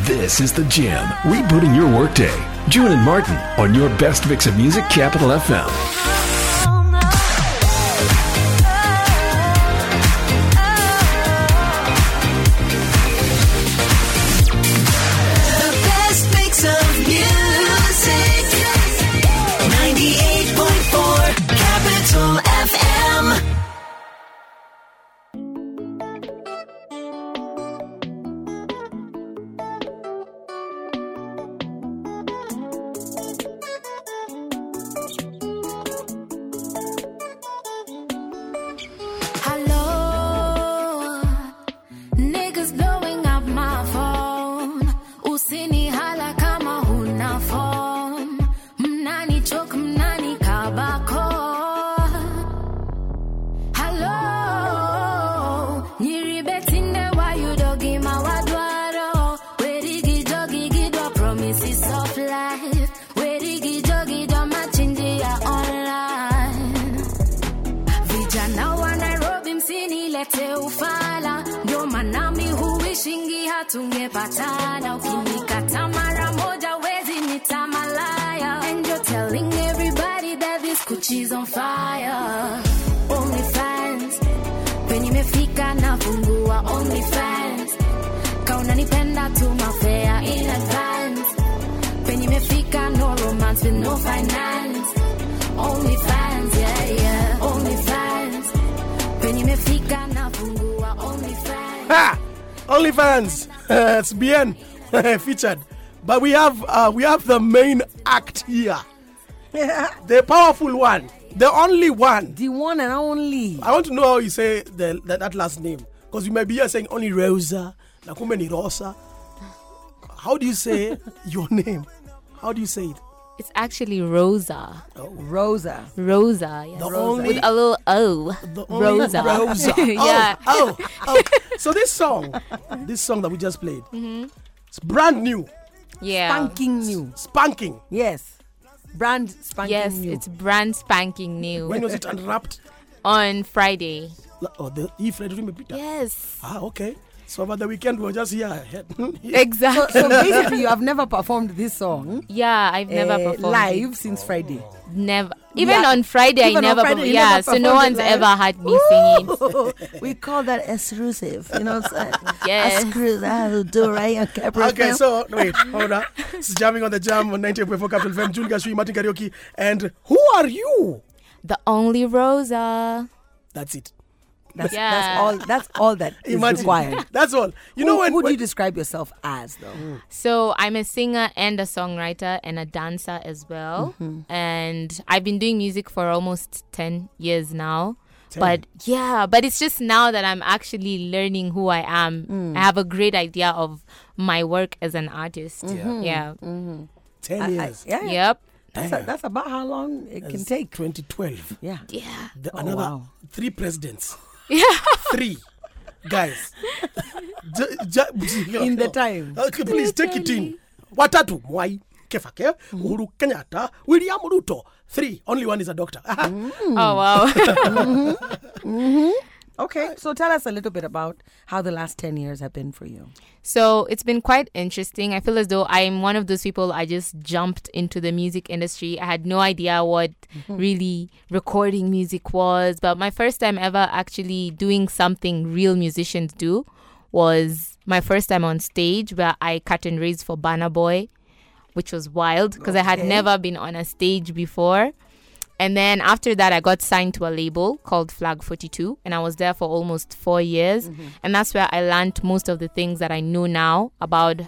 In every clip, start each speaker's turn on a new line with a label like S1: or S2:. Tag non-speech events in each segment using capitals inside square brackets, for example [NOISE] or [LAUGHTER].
S1: This is The Jam, rebooting your workday. June and Martin on your best mix of music, Capital FM.
S2: The best mix of music. 98.4 Capital FM.
S3: Hello, niggas blowing up my phone. Usini hala kama huna phone. Mnani chok mnani kabako. Hello, nyiri betinde wa you dogi mawadwaro. Werigi jogi gidwa promises of life. Werigi jogi do machindi ya online. Vijana wa Nairobi msinilete ufala, ndio manami huishingi hatungepatana. Ukinikata mara moja wezi nita malaya. And you're telling everybody that this kuchi's on fire. OnlyFans, penye imefika nafungua OnlyFans. Kaunanipenda tuma fare in advance. Penye imefika no romance with no finance. Only fans, yeah, yeah. Only fans. Penye imefika nafungua only fans.
S4: Ha! OnlyFans. [LAUGHS] it's bien [LAUGHS] featured. But we have uh, we have the main act
S5: [LAUGHS]
S4: here. the powerful one. The only one.
S6: The one and only.
S4: I want to know how you say the, that, that last name. Because you may be here saying only Rosa. Nakume ni Rosa. How do you
S5: [LAUGHS]
S4: say your name? How do you say it?
S5: It's actually Rosa.
S6: Rosa.
S5: Rosa, yes.
S4: The only-
S5: With a little O.
S4: The only
S5: Rosa. [LAUGHS]
S4: Rosa.
S5: yeah.
S4: Oh, oh, oh. So this song, this song that we just played,
S5: Mm-hmm.
S4: it's brand new.
S5: Yeah.
S6: Spanking new.
S4: Spanking.
S6: Yes. Brand spanking
S5: Yes,
S6: new.
S5: it's brand spanking new
S4: When was
S6: [LAUGHS]
S4: it unwrapped?
S5: on Friday.
S4: Oh, the E. Frederick Mepita.
S5: Yes.
S4: Ah, okay. So over the weekend we were just here. [LAUGHS]
S5: Exactly.
S6: so basically, you have never performed this song
S5: yeah, I've [LAUGHS] never
S6: eh,
S5: performed it.
S6: live since Friday. [LAUGHS]
S5: Never. Even
S6: Yeah.
S5: on Friday,
S6: Even on
S5: I never.
S6: Friday,
S5: perf-
S6: you
S5: yeah.
S6: never
S5: so no
S6: performed it
S5: one's
S6: live.
S5: ever had me singing.
S6: we call that exclusive. You know, it's a,
S5: Yes.
S6: a screw that will do right on camera.
S4: okay, so wait, hold on. This is jamming on the jam on 98.4 Capital FM. Julie Gashui, Martin Karaoke, and who are you?
S5: The only Rosa.
S4: That's it.
S6: that's, that's
S5: Yeah.
S6: all. That's all that is
S4: Imagine.
S6: [LAUGHS] required.
S4: That's all. You know
S6: who,
S4: when,
S6: who do
S4: when
S6: you describe yourself as,
S5: Mm.
S6: though?
S5: So I'm a singer and a songwriter and a dancer as well. And I've been doing music for almost 10 years now. But yeah, but it's just now that I'm actually learning who I am. I have a great idea of my work as an artist. Yeah.
S4: 10
S6: I- I-
S4: years.
S6: yeah,
S5: Yep. [LAUGHS]
S6: That's, a, that's about how long it can take.
S4: 2012.
S6: Yeah.
S5: Yeah.
S4: The,
S6: Oh,
S4: another
S6: wow.
S4: three presidents.
S5: Yeah.
S4: Three.
S5: [LAUGHS]
S4: Guys. Ju- ju-
S6: In the time.
S4: Okay, please take it in. Watatu Mwai Kefake,
S5: Mm.
S4: Uhuru Kenyatta, William Ruto. Three. Only one is a doctor. [LAUGHS] Aha.
S5: Oh, wow.
S6: Okay, so tell us a little bit about how the last 10 years have been for you.
S5: So it's been quite interesting. I feel as though I'm one of those people I just jumped into the music industry. I had no idea what really recording music was, but my first time ever actually doing something real musicians do was my first time on stage where I cut and raised for Banner Boy, which was wild because I had never been on a stage before. And then after that, I got signed to a label called Flag 42, and I was there for almost four years. And that's where I learned most of the things that I know now about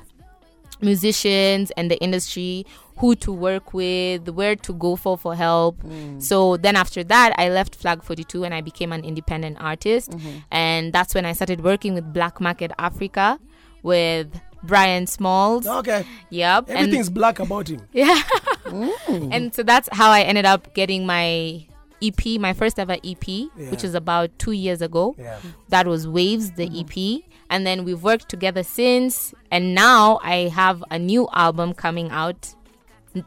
S5: musicians and the industry, who to work with, where to go for for help. So then after that, I left Flag 42 and I became an independent artist. And that's when I started working with Black Market Africa with Brian Smalls.
S4: Okay.
S5: Yep. and-
S4: Everything's black about him.
S5: yeah. And so that's how I ended up getting my EP, my first ever EP, which was about two years ago.
S4: Yeah. Mm-hmm.
S5: That was Waves, the EP. And then we've worked together since. And now I have a new album coming out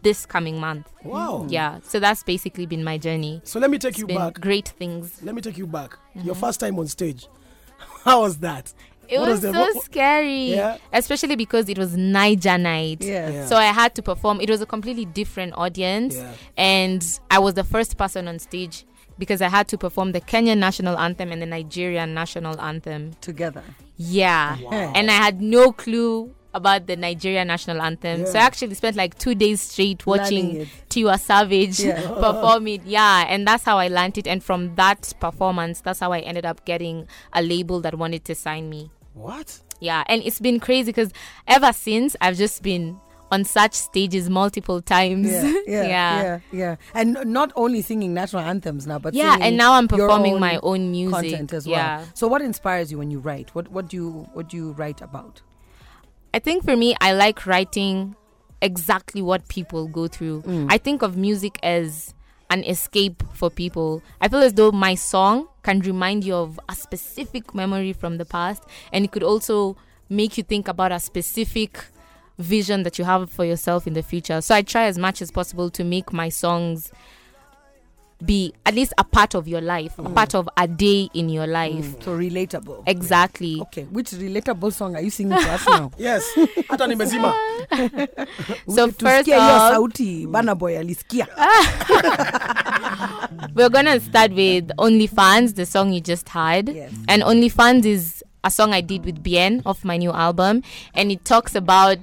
S5: this coming month.
S4: Wow.
S5: Mm. Yeah. So that's basically been my journey.
S4: So let me take
S5: It's
S4: Mm. you
S5: been
S4: back.
S5: great things.
S4: Let me take you back. Your first time on stage. [LAUGHS] How was that?
S5: Mm-hmm. It
S4: What
S5: was
S4: was the-
S5: so
S4: what- what-
S5: scary,
S4: Yeah.
S5: especially because it was Niger night.
S6: Yes.
S4: Yeah.
S5: So I had to perform. It was a completely different audience,
S4: Yeah.
S5: and I was the first person on stage because I had to perform the Kenyan national anthem and the Nigerian national anthem.
S6: Together.
S5: Yeah.
S6: Wow.
S5: And I had no clue about the Nigerian national anthem. So I
S4: Yeah.
S5: actually spent like two days straight
S6: Learning
S5: watching
S6: it.
S5: Tiwa Savage
S6: Yeah.
S5: [LAUGHS] perform it. Yeah. And that's how I learned it. And from that performance, that's how I ended up getting a label that wanted to sign me.
S4: What?
S5: Yeah. And it's been crazy because ever since, I've just been on such stages multiple times. [LAUGHS]
S6: Yeah, yeah, yeah, yeah, And n- not only singing national anthems now, but
S5: Yeah,
S6: singing
S5: and now I'm
S6: your
S5: performing my own music,
S6: content as well.
S5: yeah.
S6: So, what inspires you when you write? What what do you what do you write about?
S5: I think for me, I like writing exactly what people go through. I think of music as an escape for people. I feel as though my song can remind you of a specific memory from the past, and it could also make you think about a specific vision that you have for yourself in the future. So I try as much as possible to make my songs be at least a part of your life, a part of a day in your life.
S6: So relatable.
S5: Exactly.
S6: Mm. Okay, which relatable song are you singing to us
S5: [LAUGHS]
S6: now?
S4: Yes. Hata nimezima.
S5: So first
S6: Tusikie hiyo
S5: off, Ah,
S6: sauti Burna Boy alisikia.
S5: We're gonna start with OnlyFans, the song you just heard.
S6: Yes.
S5: And OnlyFans is a song I did with Bien off my new album, and it talks about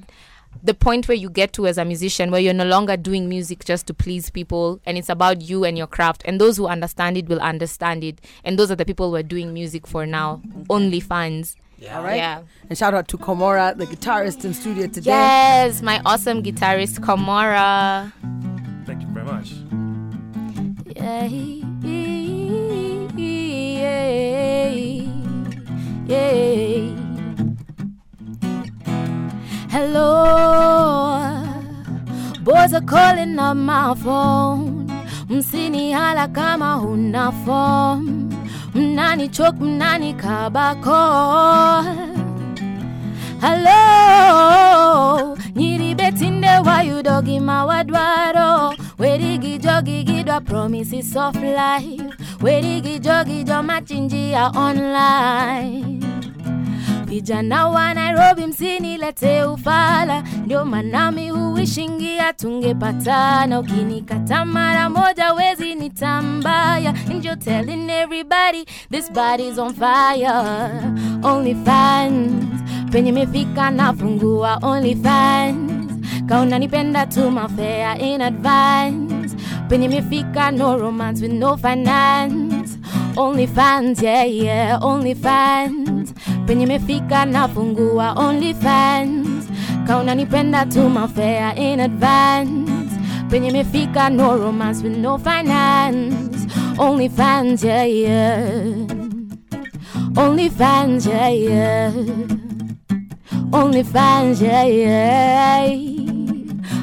S5: the point where you get to as a musician where you're no longer doing music just to please people and it's about you and your craft and those who understand it will understand it and those are the people we're doing music for now only fans
S6: All right.
S5: Yeah.
S6: And shout out to Komora, the guitarist in studio today.
S5: yes my awesome guitarist Kamara.
S7: Thank you very much.
S5: Yeah, yeah, yeah. Hello, boys are calling up my phone. Msini hala kama huna form. Mnani chok, mnani kabako. Hello, niribetinde wa yudogi mawadwaro werigi jogi gidwa promises of life werigi jogi jo machinjia online vijana wa nairobi msinilete ufala ndio manami huwishingia tungepatana ukinikata mara moja wezi nitambaya And you're telling everybody this body's on fire only fans penye mefika nafungua only fans kaona nipenda tu mafea in advance penye mefika no romance with no finance only fans yeah yeah only fans penye mefika nafungua only fans kaona nipenda tu mafea in advance penye mefika no romance with no finance only fans yeah yeah only fans, yeah, yeah. Only fans, yeah, yeah.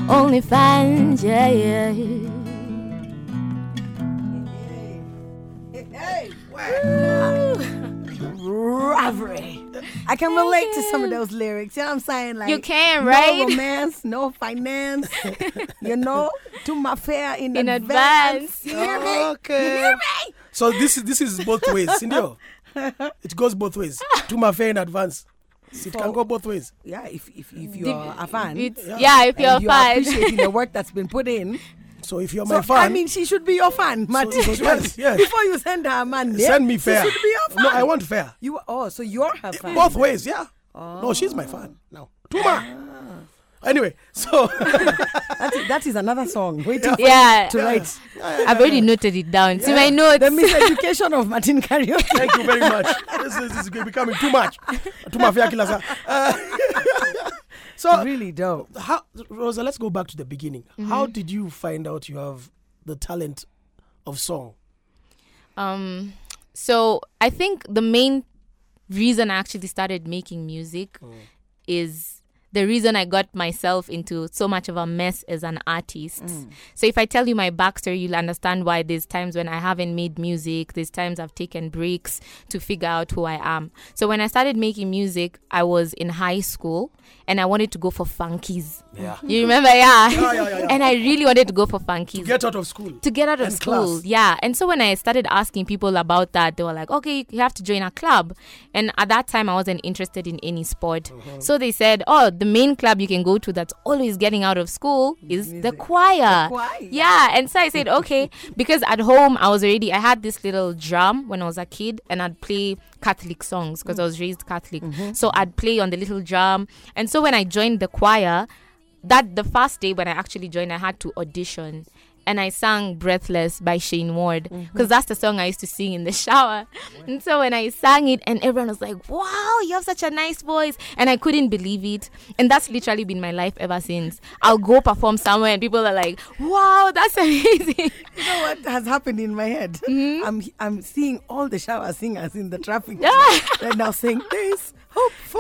S5: Only fans, yeah, yeah. [LAUGHS]
S6: Bravery. I can relate to some of those lyrics. You know what I'm saying? Like
S5: You can,
S6: No
S5: right?
S6: romance, no [LAUGHS] finance. you know, to my fair in,
S5: In
S6: advance.
S5: advance.
S6: You hear me?
S4: Okay.
S6: You hear me?
S4: So this is this is both ways,
S6: [LAUGHS]
S4: Sindio. It goes both ways. To my fair in advance. It can go both ways.
S6: Yeah, if if, if you are a fan,
S5: It's, yeah, if you're
S6: and you are
S5: a [LAUGHS] fan.
S6: appreciating the work that's been put [LAUGHS] in.
S4: So if you're
S6: So,
S4: my fan,
S6: I mean, she should be your fan, Marty.
S4: so
S6: [LAUGHS]
S4: yes, yes.
S6: Before you send her a man, yeah,
S4: send me
S6: she
S4: fair.
S6: should be your fan.
S4: No, I want fair.
S6: You oh, so you're her fan. Oh.
S4: Both ways, yeah. No, she's my fan now. Tuma.
S6: Ah.
S4: Anyway,
S6: [LAUGHS]
S4: so
S6: That is, that is another song. Waiting for
S5: Yeah.
S6: you to write.
S5: I've already noted it down. See my
S6: [LAUGHS]
S5: notes.
S6: The miseducation of Martin [LAUGHS] Karaoke.
S4: [LAUGHS] thank you very much. This is, this is becoming too much. Tuma fair kila saa. Uh, [LAUGHS] so
S6: really Mm-hmm. dope.
S4: how Rosa, let's go back to the beginning. How did you find out you have the talent of song?
S5: Um, so I
S4: Mm.
S5: think the main reason I actually started making music is the reason I got myself into so much of a mess as an artist.
S4: Mm.
S5: So if I tell you my backstory, you'll understand why there's times when I haven't made music, there's times I've taken breaks to figure out who I am. So when I started making music, I was in high school and I wanted to go for funkies.
S4: Yeah.
S5: You remember, yeah.
S4: Yeah, yeah, yeah, yeah.
S5: [LAUGHS] and I really wanted to go for funkies
S4: Get out of school.
S5: to get out of
S4: And
S5: school.
S4: class.
S5: Yeah. And so when I started asking people about that, they were like, okay, you have to join a club. And at that time, I wasn't interested in any sport. So they said, oh, the main club you can go to that's always getting out of school is the choir.
S6: choir.
S5: Yeah. And so I said, okay, because at home, I was already, I had this little drum when I was a kid and I'd play Catholic songs because I was raised Catholic. So I'd play on the little drum. And so when I joined the choir, that the first day when I actually joined, I had to audition. And I sang Breathless by Shane Ward because
S6: Mm-hmm.
S5: that's the song I used to sing in the [LAUGHS] shower. And so when I sang it, and everyone was like, wow, you have such a nice voice. And I couldn't believe it. And that's literally been my life ever since. I'll go perform somewhere, and people are like, wow, that's [LAUGHS] amazing.
S6: You know what has happened in my head? I'm I'm seeing all the shower singers in the traffic
S5: Mm-hmm.
S6: [LAUGHS]
S5: Yeah.
S6: right now saying there is hope for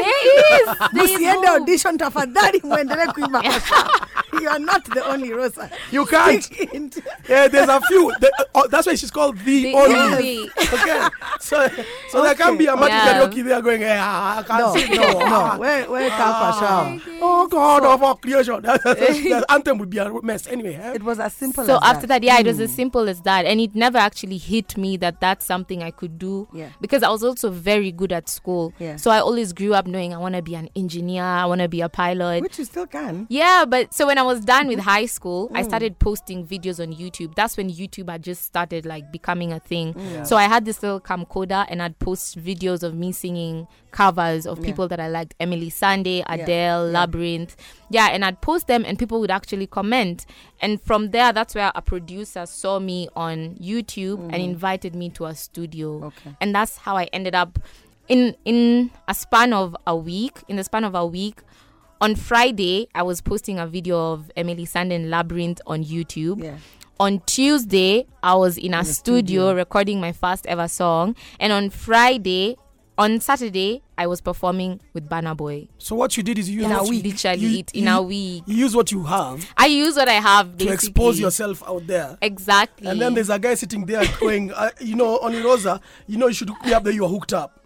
S6: [LAUGHS]
S5: There is, there is
S6: Usiende
S5: hope."
S6: audition tafadhali muendelee
S5: [LAUGHS]
S6: kuimba kwa shower. [LAUGHS] You are not the only Rosa.
S4: You can't.
S6: Stick into-
S4: [LAUGHS] Yeah, Eh, there's a few. The, oh, that's why she's called the,
S5: The
S6: Oh,
S4: only.
S5: only.
S4: okay, so so there can be a magic
S5: Yeah.
S4: karaoke there going. Eh, ah, I
S6: No,
S4: can't sing.
S6: no, no.
S5: [LAUGHS]
S4: ah."
S6: Where where Kalpa shower?
S4: Oh God of all creation. [LAUGHS]
S5: [LAUGHS]
S4: the anthem would be a mess anyway. eh?
S6: It was as simple
S5: so
S6: as Mm.
S5: after that, yeah, it was as simple as that, and it never actually hit me that that's something I could do.
S6: Yeah.
S5: Because I was also very good at school.
S6: Yeah.
S5: So I always grew up knowing I want to be an engineer. I want to be a pilot.
S6: Which you still can.
S5: yeah, but so when I was done with high school, I started posting videos on YouTube. That's when YouTube had just started like becoming a thing. So I had this little camcorder and I'd post videos of me singing covers of people that I liked, Emily Sande, Adele, Labyrinth. Yeah, and I'd post them and people would actually comment. And from there, that's where a producer saw me on YouTube and invited me to a studio. Okay. And that's how I ended up in in a span of a week, in the span of a week, on Friday, I was posting a video of Emily Sanden Labyrinth on YouTube.
S6: Yeah.
S5: On Tuesday, I was in a studio, recording my first ever song. And on Friday, on Saturday, I was performing with Banner Boy.
S4: So what you did is you
S5: In
S4: used
S5: a week. Literally
S4: you-
S5: it, in
S4: you-
S5: a week.
S4: You use what you have
S5: I use what I have
S4: to
S5: basically.
S4: expose yourself out there.
S5: Exactly.
S4: And then there's a guy sitting there going, uh, you know, on Rosa, you know, you should hook me up that you are hooked up.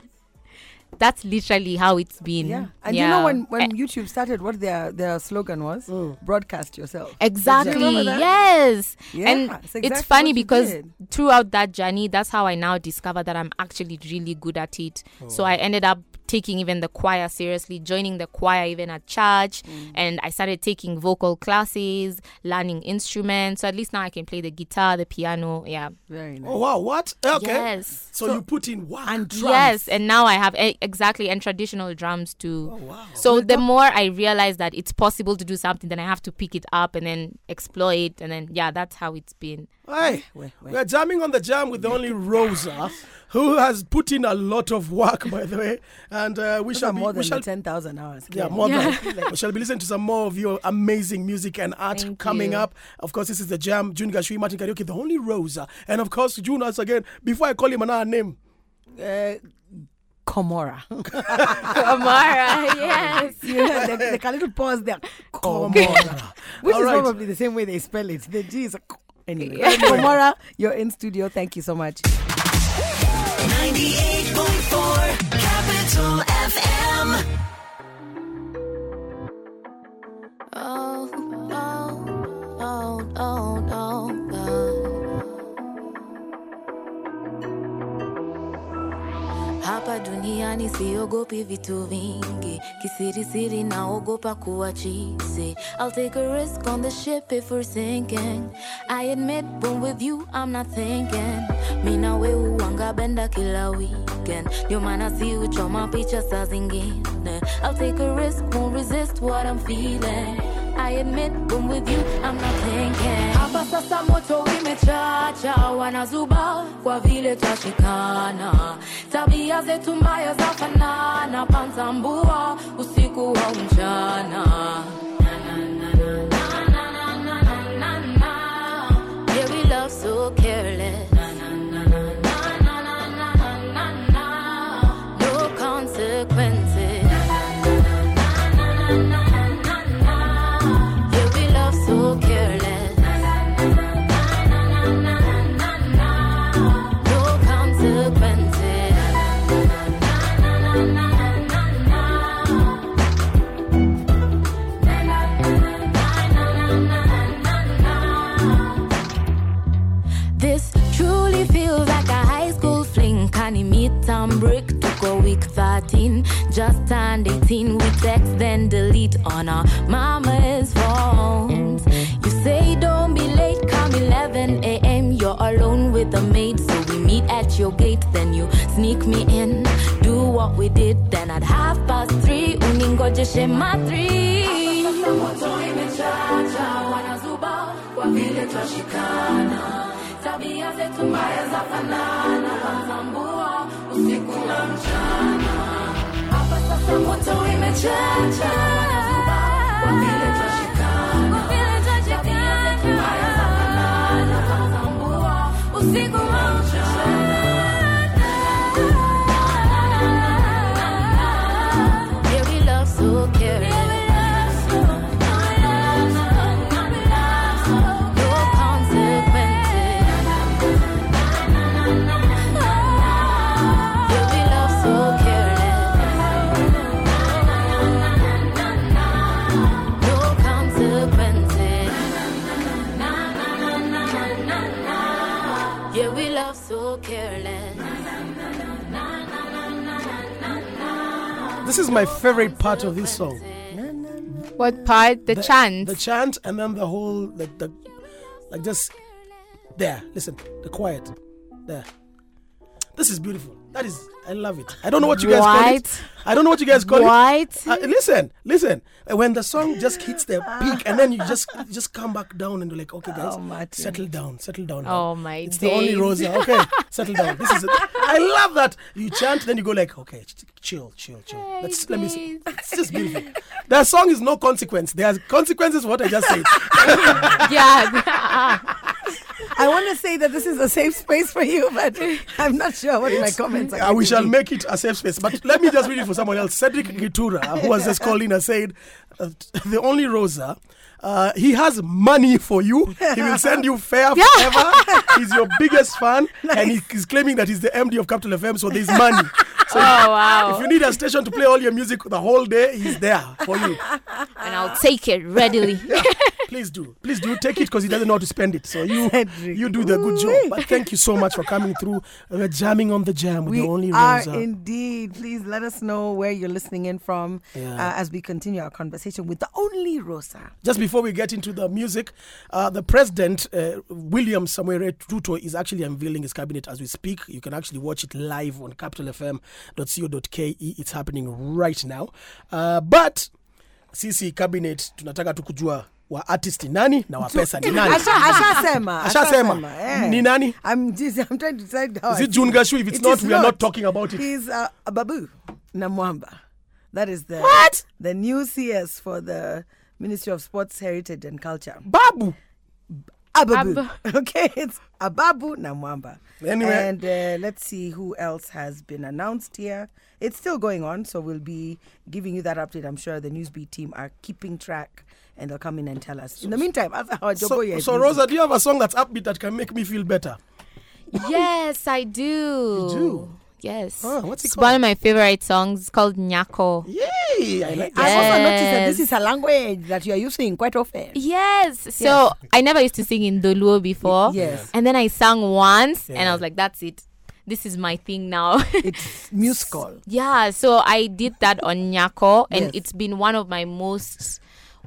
S5: That's literally how it's been.
S6: Yeah. And you know
S5: Yeah.
S6: when, when
S5: E-
S6: YouTube started, what their their slogan was? Broadcast yourself.
S5: Exactly.
S6: Remember that?
S5: Yes.
S6: Yeah,
S5: and
S6: that's
S5: it's
S6: exactly
S5: funny
S6: what you
S5: because
S6: did.
S5: throughout that journey, that's how I now discover that I'm actually really good at it.
S6: Oh.
S5: So I ended up taking even the choir seriously, joining the choir even at church,
S6: Mm.
S5: and I started taking vocal classes, learning instruments. So at least now I can play the guitar, the piano. Yeah.
S6: Very nice.
S4: Oh, wow, what? Okay.
S5: Yes.
S4: So, you put in work. And
S5: Yes, and now I have e- exactly and traditional drums too.
S4: Oh, wow.
S5: So the more I realize that it's possible to do something, then I have to pick it up and then explore it, and then yeah, that's how it's been.
S4: Hi. We're jamming on the jam with the only Rosa, who has put in a lot of work, by the way. And uh, we
S6: Those
S4: shall
S6: are
S4: be,
S6: more
S4: we
S6: than
S4: shall,
S6: the 10,000 hours.
S4: Yeah,
S6: clearly.
S4: more than. [LAUGHS] we shall be listening to some more of your amazing music and art
S5: Thank
S4: coming
S5: you.
S4: up. Of course, this is the Jam, June Gashui, Martin Karaoke, the only Rosa. And of course, June, once again, before I call him another name,
S6: uh,
S4: [LAUGHS]
S6: Komora.
S5: Amara, yes.
S6: you know, the, the little pause there.
S4: Komora.
S6: Komora. [LAUGHS] Which
S4: All
S6: is
S4: right.
S6: probably the same way they spell it. The G is a. k- Anyway. [LAUGHS] Komora, you're in studio. Thank you so much.
S2: 98.4 Capital FM.
S3: Oh, oh, oh, oh, oh, oh. Hapa duniani siogopi vitu vingi, kisirisiri naogopa kuwa cheesy. I'll take a risk on the ship if we're sinking. I admit when with you I'm not thinking. Mina wewe wangabenda kila weekend, ndio maana si uchoma picha saa zingine. I'll take a risk, won't resist what I'm feeling. I admit when with you I'm not thinking. Hapa sasa moto imechacha, wanazuba kwa vile twashikana. Tabia zetu mbaya za fanana, panzambua usiku wa mchana. Na, na, na, na, na, na, na, na, na, na. Yeah, we love so careless. Na, na, na, na, na, na, na, na, na, na. No consequences. Na, na, na, na, na, na, na, na. from break to go week 13. Just turned 18, we text then delete on our mama's phones. You say don't be late, come 11 a.m. You're alone with the maid, so we meet at your gate. Then you sneak me in, do what we did. Then at half past three, uningoje shema three. Yeah, we love so careless. No consequences. Yeah, we love so careless. No consequences. Yeah, we love so careless.
S4: This is my favorite part of this song.
S5: [LAUGHS] What part? The, chant.
S4: The chant and then the whole like the like just there. Listen, the quiet. There. This is beautiful. That is I love it. I don't know what you guys call it.
S5: Right.
S4: I don't know what you guys call
S5: Right.
S4: it. Uh, listen, listen. Uh, When the song just hits the peak and then you just you just come back down and you're like, okay guys,
S6: Oh, Martin.
S4: settle down, settle down.
S5: Oh,
S4: now.
S5: my
S4: It's the only
S5: days.
S4: rose here. Okay, settle down. This is it. I love that. You chant, then you go like, okay, ch- chill, chill, chill. Let's let me see. [LAUGHS] It's just beautiful. That song is no consequence. There's consequences what I just
S6: [LAUGHS]
S4: said.
S5: [LAUGHS] yeah.
S6: I want to say that this is a safe space for you, but I'm not sure what my comments are.
S4: Uh, we
S6: going to
S4: shall
S6: be.
S4: make it a safe space. But let me just read it for someone else. Cedric Gitura, uh, who has just called in and said, uh, the only Rosa, uh, he has money for you. He will send you
S6: [LAUGHS]
S4: fair forever. He's your biggest fan. And he is claiming that he's the MD of Capital FM, so there's money. [LAUGHS] So
S5: Oh, wow.
S4: if you need a station to play all your music the whole day, he's there for
S6: [LAUGHS]
S4: you.
S5: and I'll take it
S4: [LAUGHS]
S5: readily.
S4: Please do. Please do take it because he doesn't know how to spend it. So you
S6: Cedric.
S4: you do the good job.
S6: Ooh-wee.
S4: But thank you so much for coming through. We're jamming on the jam with
S6: We
S4: the only
S6: are
S4: Rosa.
S6: indeed. Please let us know where you're listening in from
S4: Yeah.
S6: uh, as we continue our conversation with the only Rosa.
S4: Just before we get into the music, uh, the president, uh, William Samuel Ruto, is actually unveiling his cabinet as we speak. You can actually watch it live on capitalfm.co.ke. It's happening right now. Uh, but sisi cabinet tunataka tu kujua wa artist ni nani na wa pesa ni
S6: [LAUGHS]
S4: nani.
S6: Asha, Asha Sema. eh.
S4: Ashasema. Ni nani?
S6: I'm, just, I'm trying to decide how
S4: Is it
S6: I feel.
S4: June Gashu? If it's not,
S6: is
S4: we are not talking about it.
S6: He's uh, a babu, Namwamba. That is the what? The new CS for the Ministry of Sports, Heritage and Culture.
S4: Babu.
S6: Ababu. [LAUGHS] Okay, it's Ababu Namwamba.
S4: Anyway.
S6: And uh, let's see who else has been announced here. It's still going on, so we'll be giving you that update. I'm sure the Newsbeat team are keeping track and they'll come in and tell us. In the meantime, as our
S4: So,
S6: Jogoya is
S4: so
S6: busy-
S4: Rosa, do you have a song that's upbeat that can make me feel better?
S5: yes, I do. You
S4: do?
S5: Yes.
S4: Oh, what's it
S5: it's
S4: called?
S5: one of my favorite songs. It's called Nyako.
S4: Yay! I like
S6: I've also noticed that this
S5: Yes.
S6: is a language that you are using quite often.
S5: Yes. So I never used to sing in Doluo before.
S6: Yes.
S5: And then I sang once and I was like, that's it. This is my thing now. [LAUGHS]
S6: It's musical.
S5: yeah. So I did that on Nyako and
S6: Yes.
S5: it's been one of my most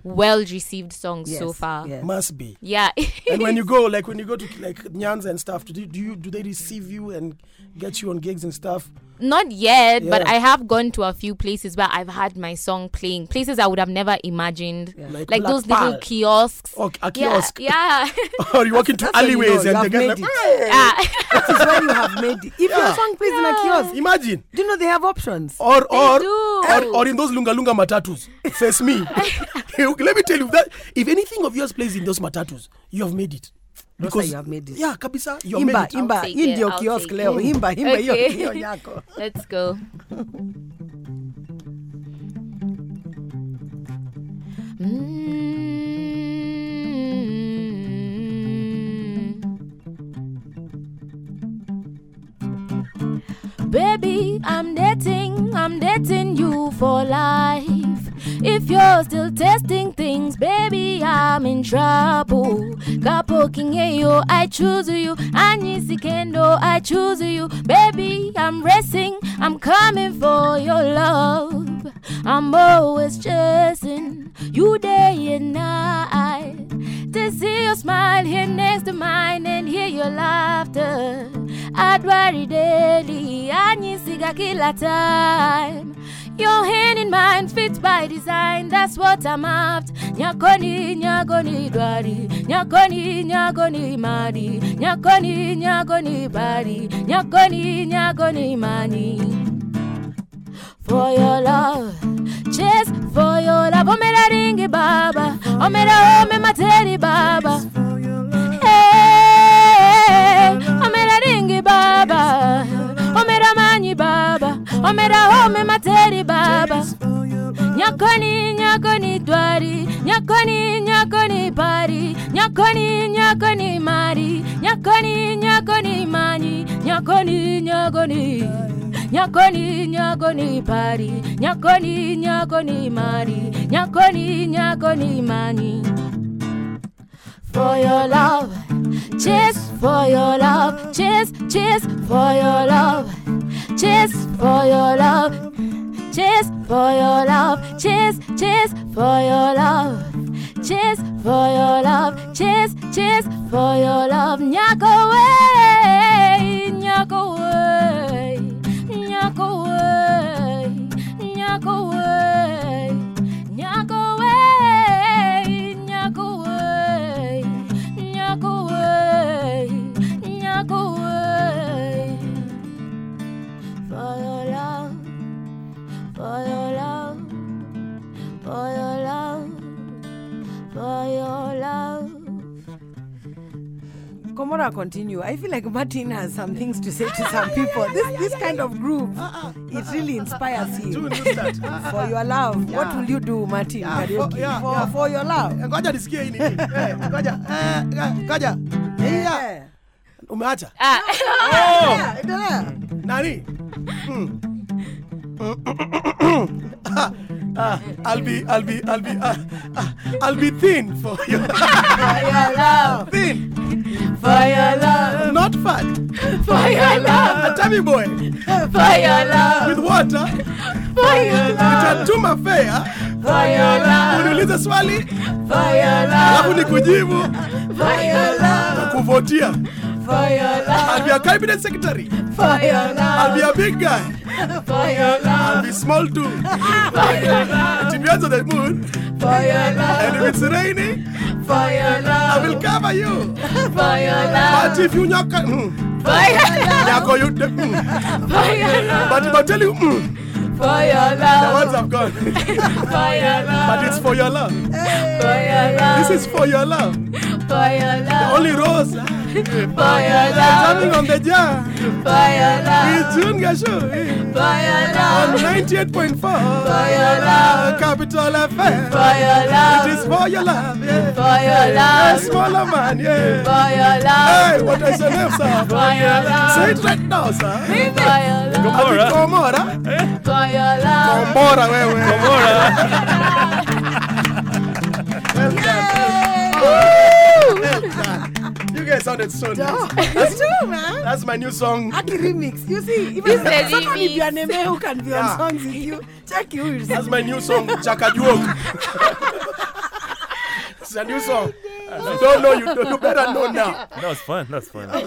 S5: well received songs so
S6: Yes,
S5: far.
S6: yes.
S4: Eh. Must be.
S5: Yeah. [LAUGHS]
S4: and when you go, like when you go to like Nyanza and stuff, do, do you do they receive you and get you on gigs and stuff?
S5: Not yet, but
S4: Yeah.
S5: I have gone to a few places where I've had my song playing. Places I would have never imagined.
S4: Like
S5: Like,
S4: Black
S5: those little
S4: Pearl.
S5: kiosks.
S4: Or a
S5: Yeah,
S4: kiosk.
S5: Yeah.
S4: [LAUGHS] or you walk into
S6: That's how you
S4: alleyways
S6: know
S4: and they
S6: you have
S4: get
S6: made
S4: like,
S6: it.
S5: Ah.
S6: That is why you have made it. If your song plays in a kiosk,
S4: "Ah, imagine.
S6: do you know they have options?
S4: Or or,
S5: do.
S4: or or in those lunga lunga matatus. Face
S6: [LAUGHS]
S4: me. [LAUGHS] Let me tell you that if anything of yours plays in those matatus, you have made it.
S6: Rosa, you have made it.
S4: Yeah, kabisa, you have
S6: Imba,
S4: made it.
S6: imba,
S5: take
S6: hii
S5: it,
S6: ndio
S5: I'll
S6: kiosk
S5: take
S6: leo.
S5: it.
S6: Imba, imba hiyo
S5: Okay.
S6: hiyo yako.
S5: Let's go. Mm. Baby, I'm dating, I'm dating you for life. If If you're still testing things, baby, I'm in trouble. Kapo kingeyo, I choose you. Anisi kendo, I choose you. Baby, I'm racing, I'm coming for your love. I'm always chasing you day and night. To see your smile here next to mine and hear your laughter. I'd worry daily, anisiga kila time. Your hand in mine fits by design, that's what I'm after. Nyakoni, nyagoni, dwari. Nyakoni, nyagoni, mari. Nyakoni, nyagoni, bari. Nyakoni, nyagoni, mani for your love. Cheers for your love. Omera ringi baba. Omera ome materi baba. Hey, omera ringi baba. Omera mani baba. Omera ome materi baba. Nyakoni, nyakoni dwari, nyakoni, nyakoni bari, nyakoni, nyakoni mari, nyakoni, nyakoni mani, nyakoni, nyakoni. Nyakoni, nyakoni bari, nyakoni, nyakoni mari, nyakoni, nyakoni mani for your love. Cheers for your love. Cheers, cheers for your love. Cheers for your love. Cheers for your love. Cheers, cheers for your love. Cheers for your love. Cheers, cheers for your love. Knock away, knock away, knock away, knock away, knock away, knock away, knock away, knock away. For your love, for your love, for your love, for your love.
S6: Komora, continue. I feel like Martin has some things to say to some people. This this kind of groove, it really inspires
S4: Do
S6: you.
S4: understand?
S6: For your love, what will you do, Martin?
S4: Yeah, for-
S6: Karaoke?
S4: yeah,
S6: for,
S4: yeah.
S6: for your love.
S4: Eh, ngoja nisikie hii
S5: [LAUGHS]
S4: ni nini. Eh, ngoja eh, eh, ngoja
S5: Eh.
S4: Iya.
S6: Yeah.
S4: umeacha
S5: Ah.
S6: Yeah, yeah.
S4: nani Mm. Ah, ah, I'll be, I'll be, I'll be, ah, ah, I'll be thin for
S5: [LAUGHS]
S4: you. thin,
S5: For your love,
S4: not fat.
S5: for your
S4: A
S5: love,
S4: tummy boy
S5: for your love,
S4: with water,
S5: for your love,
S4: nitatuma fea.
S5: for your love,
S4: Ah, Uniulize swali
S5: for your love,
S4: alafu nikujibu
S5: for your love,
S4: na kuvotia.
S5: for your love,
S4: I'll be a cabinet secretary.
S5: for your love,
S4: I'll be a big guy.
S5: for your love,
S4: I'll be small
S5: [LAUGHS]
S4: too.
S5: for your love,
S4: It depends on the mood.
S5: for your love,
S4: And if it's raining,
S5: for your
S4: I
S5: love,
S4: will cover you.
S5: for your love,
S4: But if you knock, mm,
S5: for your love,
S4: nyako you, mm.
S5: for your love,
S4: But if I tell you, mm,
S5: for your
S4: the
S5: love,
S4: words have gone.
S5: for your love,
S4: But it's for your love.
S5: for your love,
S4: This is for your love. The
S5: for your love,
S4: only rose
S5: for your love,
S4: coming on the jar
S5: for your love,
S4: is June Gashu eh,
S5: for your love,
S4: on 98.4 Capital FM.
S5: for your love,
S4: It is for your love. Yeah.
S5: for your
S4: A
S5: love,
S4: smaller man, yeah.
S5: for your love,
S4: Hey, what is your name, sir?
S5: for your love,
S4: Say it right now, sir.
S5: for your love.
S4: Abi Komora.
S5: for your love,
S4: Komora, wewe. Well done. You guys sounded so nice.
S6: It's true, man.
S4: That's my new song.
S6: Aki remix. You see,
S8: This
S6: even
S8: is a
S6: someone if
S8: remix.
S6: you're an MA who can be
S4: Yeah.
S6: on songs with you, check you. will see.
S4: That's my new song, Chakajuok. it's a new song. If you don't know, you, don't- you better know now.
S7: That was fun. That was fun.
S8: That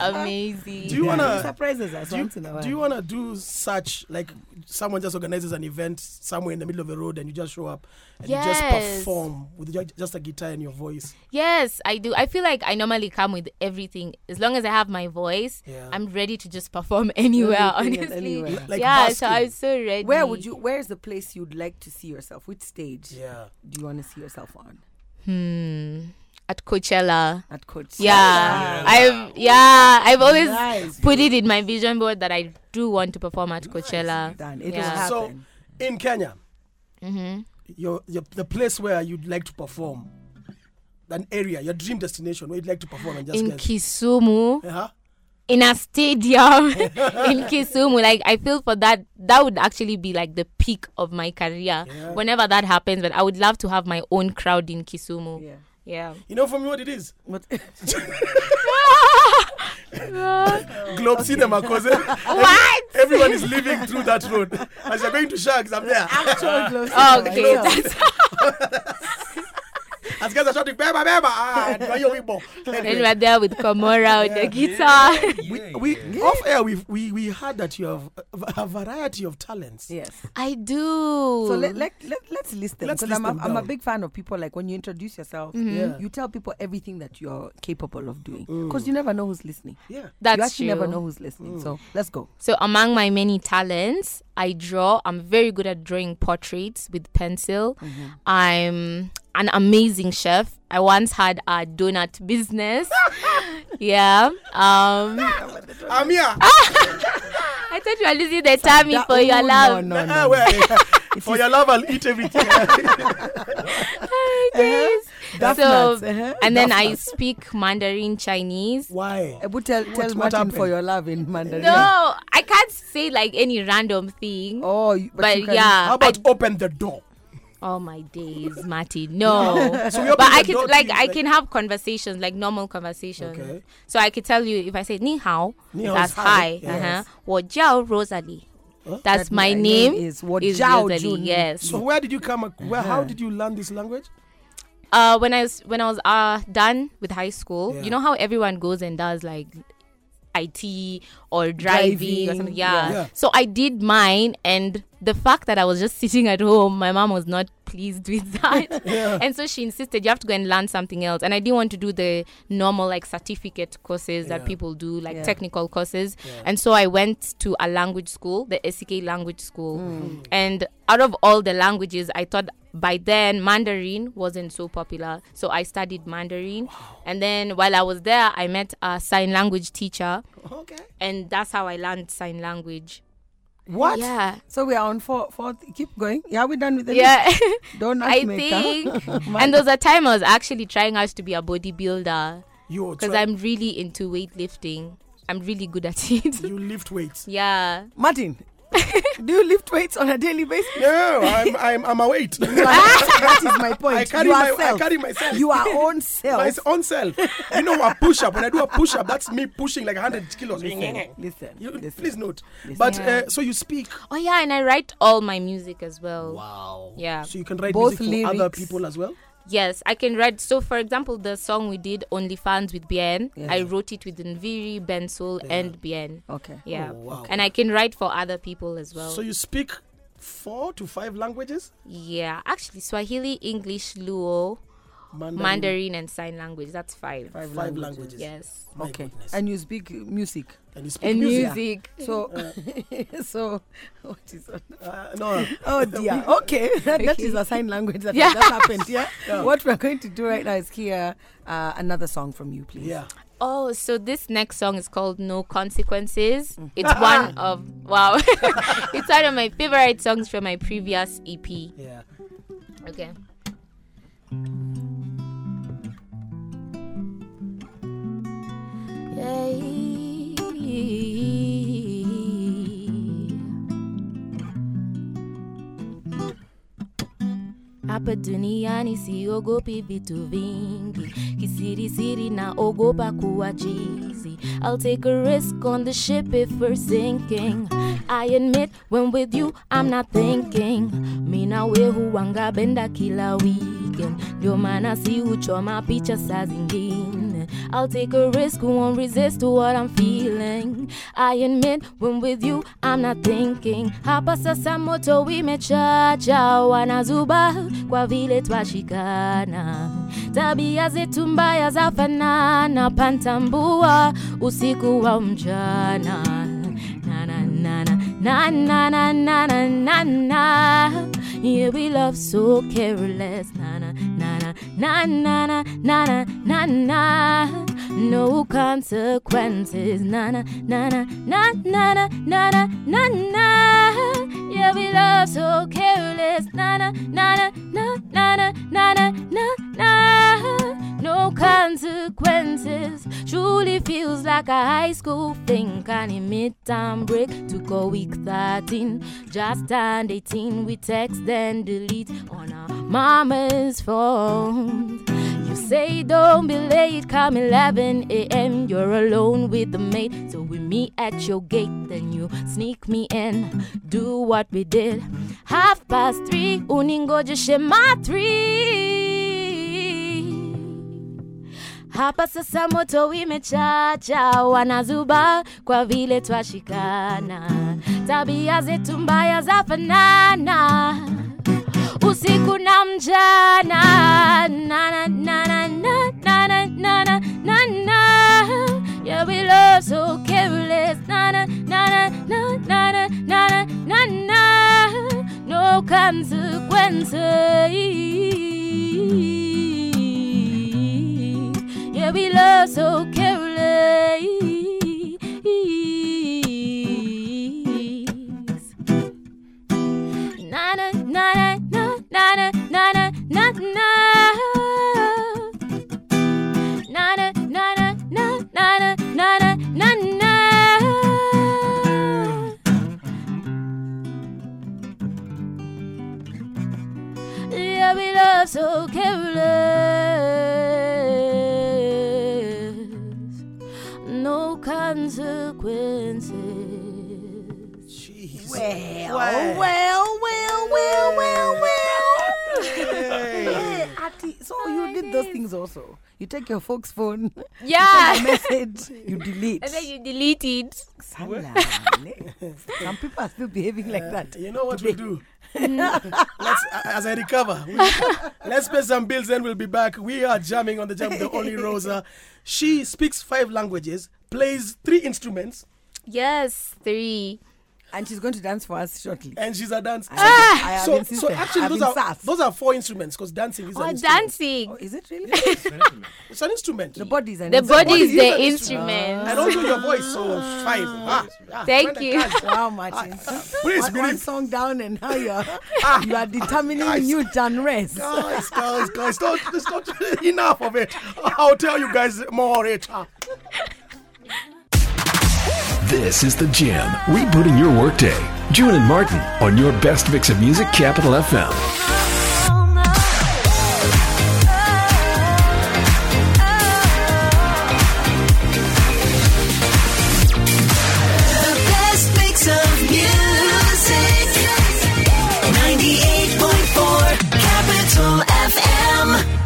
S8: was amazing.
S4: Do you wanna?
S6: Surprises us
S4: Do you,
S6: once in a while.
S4: do you wanna do such like someone just organizes an event somewhere in the middle of the road and you just show up and you just
S8: Yes.
S4: perform with ju- just a guitar and your voice?
S8: Yes, I do. I feel like I normally come with everything. As long as I have my voice,
S4: Yeah.
S8: I'm ready to just perform [LAUGHS] anywhere,
S6: Anything and
S8: honestly.
S6: anywhere.
S4: Like
S8: yeah, so
S4: basking.
S8: I'm so ready.
S6: where would you? Where is the place you'd like to see yourself? Which stage
S4: Yeah.
S6: do you want to see yourself on
S8: Hmm. At Coachella.
S6: at Coach?
S8: Yeah. I've yeah, I've always
S6: Nice.
S8: put it in my vision board that I do want to perform at Coachella.
S6: Done. It will
S8: yeah.
S6: happen.
S4: So in Kenya, your, your the place where you'd like to perform, an area, your dream destination where you'd like to perform and just
S8: in
S4: get.
S8: Kisumu,
S4: Uh-huh.
S5: in
S6: [LAUGHS]
S5: a stadium in Kisumu. Like I feel for that that would actually be like the peak of my career. Whenever that happens, but I would love to have my own crowd in Kisumu.
S6: Yeah.
S5: Yeah. [LAUGHS]
S4: You know for me what it is?
S6: But
S4: Globe Cinema cause
S5: [LAUGHS] What?
S4: everyone is living through that road. As you're going to Sharks, I'm there.
S6: [LAUGHS]
S4: [LAUGHS]
S6: actual
S8: Oh,
S6: gloves.
S5: Okay. that's-
S4: As guys are shouting, Beba, Beba, ah, and you're Igbo.
S5: and
S4: Anyway.
S5: we're there with Komora on the guitar.
S4: we, we off air we we we heard that you have a, a variety of talents.
S6: Yes.
S5: I do.
S6: So let, let, let, let's list them
S4: Let's
S6: because
S4: list
S6: I'm, a,
S4: them
S6: I'm a
S4: down. Mm-hmm.
S6: big fan of people like when you introduce yourself,
S4: Yeah.
S6: you tell people everything that you're capable of doing because you never know who's listening.
S4: Yeah. Mm.
S6: you
S5: That's
S6: actually
S5: true.
S6: never know who's listening. So let's go.
S5: So among my many talents, I draw. I'm very good at drawing portraits with pencil. I'm an amazing chef. I once had a donut business. yeah. Um
S4: I'm here.
S5: I thought you were losing the tummy
S6: That-
S5: for
S6: oh,
S5: your love. [LAUGHS]
S6: No,
S4: Ah,
S6: no, no.
S4: [LAUGHS] well, for your love, I'll eat everything.
S5: Hi, guys.
S6: That's
S5: So
S6: nuts, uh-huh.
S5: and then
S6: That's
S5: I speak Mandarin Chinese.
S4: Why?
S6: [LAUGHS] Ebu, tell tell
S4: what
S6: Martin for
S4: happened?
S6: your love in Mandarin.
S5: No, I can't say like any random thing.
S6: Oh, you- but,
S5: but
S6: you can,
S5: yeah,
S4: How
S5: I
S4: about open the door?
S5: Oh my
S4: [LAUGHS]
S5: days, Marty. No.
S4: So we
S5: but
S4: open
S5: I
S4: the
S5: can
S4: door to
S5: like
S4: you,
S5: I
S4: like-
S5: can have conversations, like normal conversations.
S4: Okay.
S5: So I could tell you if I say ni hao,
S4: Ni hao
S5: that's
S4: is hi,
S5: hi.
S4: yes.
S5: Uh-huh. Wo jiao Rosalie. That's
S6: That
S5: my
S6: my
S5: name.
S6: name is Wo
S5: is
S6: jiao
S5: Rosalie,
S6: Jun.
S5: Yes.
S4: So where did you come? ac- Where? How did you learn this language?
S5: Uh, when I was when I was uh done with high school,
S4: Yeah.
S5: you know how everyone goes and does like IT or driving, or
S6: Driving,
S5: something. Yeah.
S4: yeah.
S5: [LAUGHS] So I did mine, and the fact that I was just sitting at home, my mom was not pleased with that, and so she insisted you have to go and learn something else. And I didn't want to do the normal like certificate courses that
S4: Yeah.
S5: people do, like
S6: Yeah.
S5: technical courses. And so I went to a language school, the SK language school, and out of all the languages, I thought by then Mandarin wasn't so popular. So I studied Mandarin. And then while I was there, I met a sign language teacher.
S4: Okay.
S5: And that's how I learned sign language.
S4: What?
S5: Yeah.
S6: So we are on four, fourth. Keep going. Yeah, we done with the
S5: Yeah. [LAUGHS]
S6: list? Donut
S5: I
S6: maker. [LAUGHS]
S5: think. and there was a time I was actually trying out to be a bodybuilder
S4: You
S5: because
S4: try-
S5: I'm really into weightlifting. I'm really
S4: [LAUGHS]
S5: good at it.
S4: you lift
S5: [LAUGHS]
S4: weights.
S5: yeah. [LAUGHS]
S6: Martin, do you lift weights on a daily basis?
S4: No, I'm I'm I'm a weight.
S6: that is my point.
S4: I carry
S6: you
S4: my
S6: are
S4: I
S6: self.
S4: carry myself.
S6: You are own self.
S4: [LAUGHS] [LAUGHS] my own self. You know a push up. When I do a push up, that's me pushing like 100 kilos.
S6: listen,
S4: You-
S6: listen.
S4: please note. But uh, so you speak.
S5: Oh yeah, and I write all my music as well.
S4: Wow.
S5: Yeah.
S4: So you can write
S6: Both
S4: music for other
S6: lyrics.
S4: people as well.
S5: Yes, I can write. So, for example, the song we did, Only Fans with Bien, I wrote it with Nviri, Bensoul, and Bien.
S6: Okay.
S5: Yeah.
S4: Oh, wow.
S5: And I can write for other people as well.
S4: So you speak four to five languages.
S5: yeah. Actually, Swahili, English, Luo, Mandarin, and Sign Language. That's five.
S4: Five, languages.
S5: Yes.
S4: My
S6: Okay.
S4: goodness.
S6: And you speak music.
S4: And you speak
S5: And
S4: music.
S5: music.
S6: So, [LAUGHS] so what is on?
S4: Uh, no.
S6: Uh, [LAUGHS] Oh dear. Okay, [LAUGHS] that, that is a sign language [LAUGHS] that
S5: Yeah.
S6: has just happened. Yeah? What we're going to do right now is hear uh, another song from you, please.
S4: Yeah.
S5: Oh, so this next song is called No Consequences. It's one of, wow. [LAUGHS] it's one of my favorite songs from my previous E EP.
S4: Yeah.
S5: Okay. Hapa duniani siogopi vitu vingi, kisirisiri naogopa kuwa chizi. I'll take a risk on the ship if we're sinking. I admit when with you I'm not thinking. Mina we huwanga benda kila weekend, ndio maana si huchoma picha saa zingine. I'll take a risk, won't resist to what I'm feeling. I admit when with you I'm not thinking. Hapa sasa moto imechacha, wanazuba kwa vile twashikana. Tabia zetu mbaya zafanana, pantambua usiku wa mchana. Na, na, na, na. Na na na na na na na. Yeah, we love so careless. Na na na na na na na na na na. No consequences. Na na na na na na na na na na na. Yeah, we love so careless. Na na na na na na na na na na na. No consequences. consequences. Truly feels like a high school thing. Can a midterm break to go week 13. Just turned 18, we text then delete on our mama's phone. You say don't be late, come 11 a.m. You're alone with the maid, so we meet at your gate. Then you sneak me in, do what we did. Half past three, uningoje shema three. Hapa sasa moto imechacha, wanazuba kwa vile twashikana, tabia zetu mbaya za fanana usiku na mjana na, na, na, na, na, na, na, na, na, na, na. Yeah, we love so careless. Na, na, na, na, na, na, na, na, na, na. No consequences. Yeah, we love so careless. Na na na na na na na na na na. Na na na na na na na na na na. Yeah, we love so careless. No consequences.
S4: Jeez.
S6: Well, well, well, well, well, well. Yeah, Ati, so you did those things also. You take your folks' phone, [LAUGHS]
S9: Yeah.
S6: a [LAUGHS] message,
S9: [LAUGHS]
S6: you delete.
S9: And then you delete it.
S6: Salale. Some people are still behaving like that.
S4: You know what we do? let's, as I recover,
S9: [LAUGHS]
S4: we- let's pay some bills and we'll be back. We are jamming on the jam with the only Rosa. She speaks five languages, plays three instruments,
S9: Yes, three.
S6: And she's going to dance for us shortly.
S4: and she's a dancer.
S6: Ah! I have
S4: so,
S6: insisted.
S4: so actually,
S6: I've
S4: those
S6: been
S4: are
S6: sassed.
S4: those are four instruments because dancing is an
S9: Oh,
S4: instrument.
S9: dancing.
S6: Is it
S9: [LAUGHS]
S6: really?
S4: It's an instrument.
S6: the bodies and
S9: The body
S4: body
S9: is
S4: is an
S9: the instrument.
S4: I don't do your voice, so five. Ah, ah,
S9: Thank
S4: friend, I
S9: you.
S4: can't.
S6: Wow, Martin.
S4: [LAUGHS] Please, Ah,
S6: one, one
S4: believe.
S6: song down and now
S4: [LAUGHS]
S6: you're you are determining new genres.
S4: Guys, guys, guys, don't, just don't, enough of it. I'll tell you guys more later.
S1: This is The Jam, rebooting your workday. June and Martin on your best mix of music, Capital FM.
S2: The best mix of music. 98.4 Capital FM.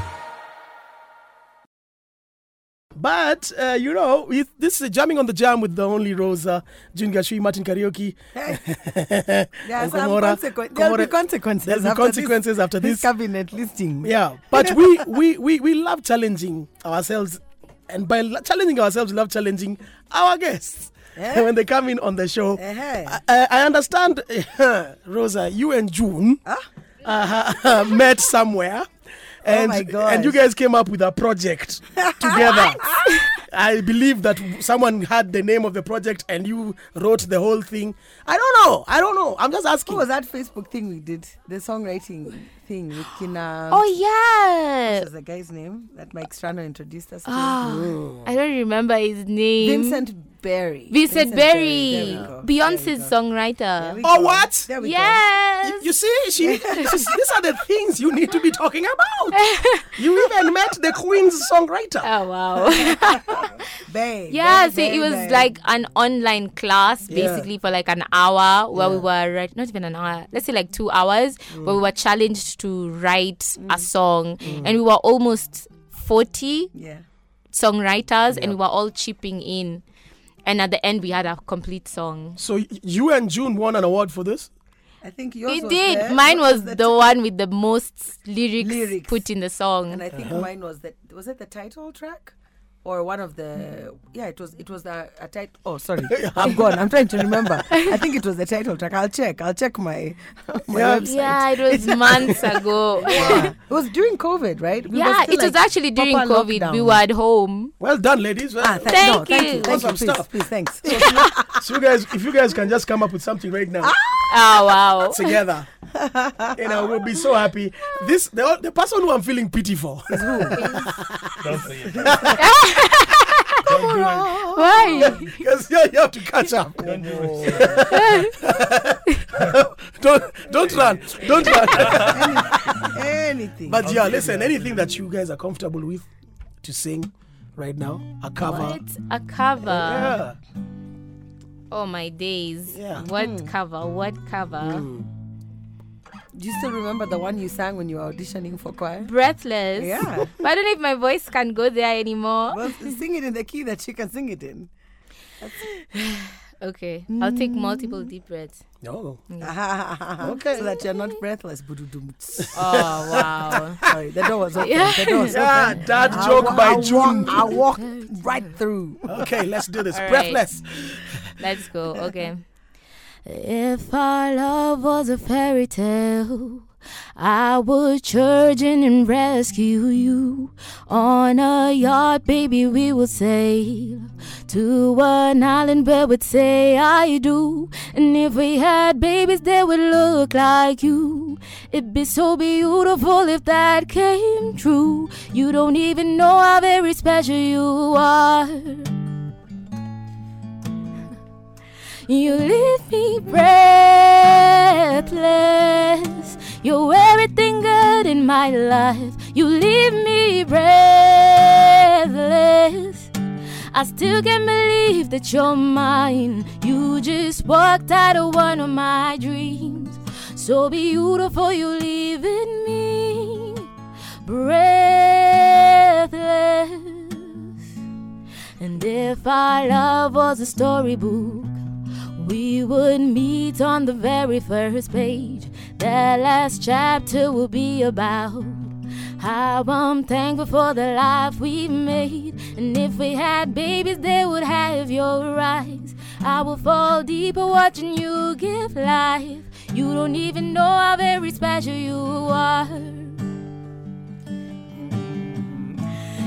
S4: But uh, you know, we, this is jamming on the jam with the only Rosa, Jun Gashui, Martin Karaoke.
S6: [LAUGHS] There are
S4: And
S6: some
S4: Komora-
S6: consequen- there'll be
S4: Komora-
S6: consequences.
S4: there'll be
S6: after
S4: consequences
S6: this,
S4: after this.
S6: cabinet listing.
S4: Yeah, but we, we we we love challenging ourselves, and by lo- challenging ourselves, we love challenging our guests
S6: Eh?
S4: [LAUGHS] when they come in on the show.
S6: Eh-heh.
S4: I- I, I understand, [LAUGHS] Rosa, you and June
S6: Ah.
S4: uh, [LAUGHS] met somewhere. And,
S6: Oh my
S4: and you
S6: gosh.
S4: guys came up with a
S6: [LAUGHS]
S4: project together. I believe that someone had the name of the project and you wrote the whole thing. I don't know. I don't know. I'm just asking.
S6: What was that Facebook thing we did? The songwriting thing with Kina.
S9: Oh yeah.
S6: There's a guy's name that Mike Strano introduced us to.
S9: I don't remember his name.
S6: Vincent Berry.
S9: Ah. Vincent Berry,
S6: There we go.
S9: Beyonce's
S6: There we
S9: songwriter.
S6: go.
S4: Oh, what?
S6: There we
S9: Yes.
S4: You see, she, [LAUGHS] this is- these are the things you need to be talking about. you even met the Queen's
S9: [LAUGHS]
S4: songwriter.
S5: Uh.
S9: Oh
S6: [LAUGHS]
S9: wow.
S6: go. Berry.
S9: [LAUGHS] yeah,
S6: Berry,
S9: so it
S6: Berry,
S9: was
S6: Berry.
S9: like an online class basically for like an hour where we were right not even an hour, let's say like 2 hours
S6: Mm.
S9: where we were challenged to write a song and we were almost 40
S6: Yeah.
S9: songwriters and we were all chipping in. And at the end we had a complete song.
S4: So y- you and June won an award for this.
S6: I think yours
S9: it
S6: was
S9: did.
S6: there.
S9: Mine
S6: What
S9: was the,
S6: ti-
S9: one with the most lyrics,
S6: Lyrics.
S9: put in the song.
S6: And I think mine was the was it the title track? Or one of the yeah, it was it was the a title. Oh, [LAUGHS] sorry, I'm gone. I'm trying to remember. I think it was the title track. I'll check. I'll check my my
S4: Yeah.
S6: website.
S9: Yeah, it was
S6: [LAUGHS]
S9: months ago.
S6: Yeah. it was during COVID, right? We were
S9: yeah,
S6: still,
S9: it was
S6: like,
S9: actually during
S6: proper
S9: COVID. We
S6: lockdown.
S9: were at home.
S4: Well done, ladies. Well,
S6: Ah, thank,
S9: Thank
S6: no, thank
S9: you.
S6: you, thank you,
S4: Awesome
S6: please,
S4: stuff.
S6: please, thanks.
S4: so you guys, if you guys can just come up with something right now
S9: Oh
S6: [LAUGHS]
S9: wow. [LAUGHS]
S4: together, you know, we'll be so [LAUGHS] happy. This the, the person who I'm feeling pity for.
S10: Don't say it.
S5: Why?
S4: Because yeah, you have to catch up.
S7: [LAUGHS] Don't do it.
S4: [LAUGHS] don't don't run. Don't run. [LAUGHS]
S6: Anything.
S4: But yeah, listen, anything that you guys are comfortable with to sing right now, a cover.
S5: What? A cover.
S4: Yeah.
S5: Oh my days.
S4: Yeah.
S5: What
S6: Hmm.
S5: cover? What cover?
S6: Do you still remember the one you sang when you were auditioning for choir?
S5: Breathless.
S6: Yeah.
S5: [LAUGHS] But I don't know if my voice can go there anymore.
S6: Well, sing it in the key that she can sing it in.
S5: Okay. I'll take multiple deep breaths.
S4: No.
S6: [LAUGHS] okay. So that you're not breathless. Bududum.
S5: Oh [LAUGHS] wow.
S6: Sorry, the door was open. The door
S5: [LAUGHS]
S6: was open.
S4: Ah, dad
S6: I
S4: joke
S6: wa- I
S4: by
S6: wa-
S4: June.
S6: I walked right through.
S4: Okay, let's do this.
S5: All right.
S4: Breathless.
S5: Let's [LAUGHS] go. Okay. If our love was a fairy tale, I would charge in and rescue you. On a yacht, baby, we would sail to an island where we'd say I do. And if we had babies, they would look like you. It'd be so beautiful if that came true. You don't even know how very special you are. You leave me breathless. You're everything good in my life. You leave me breathless. I still can't believe that you're mine. You just walked out of one of my dreams. So beautiful, you leaving me breathless. And if our love was a storybook, we would meet on the very first page. That last chapter will be about how I'm thankful for the life we've made. And if we had babies, they would have your eyes. I will fall deeper watching you give life. You don't even know how very special you are.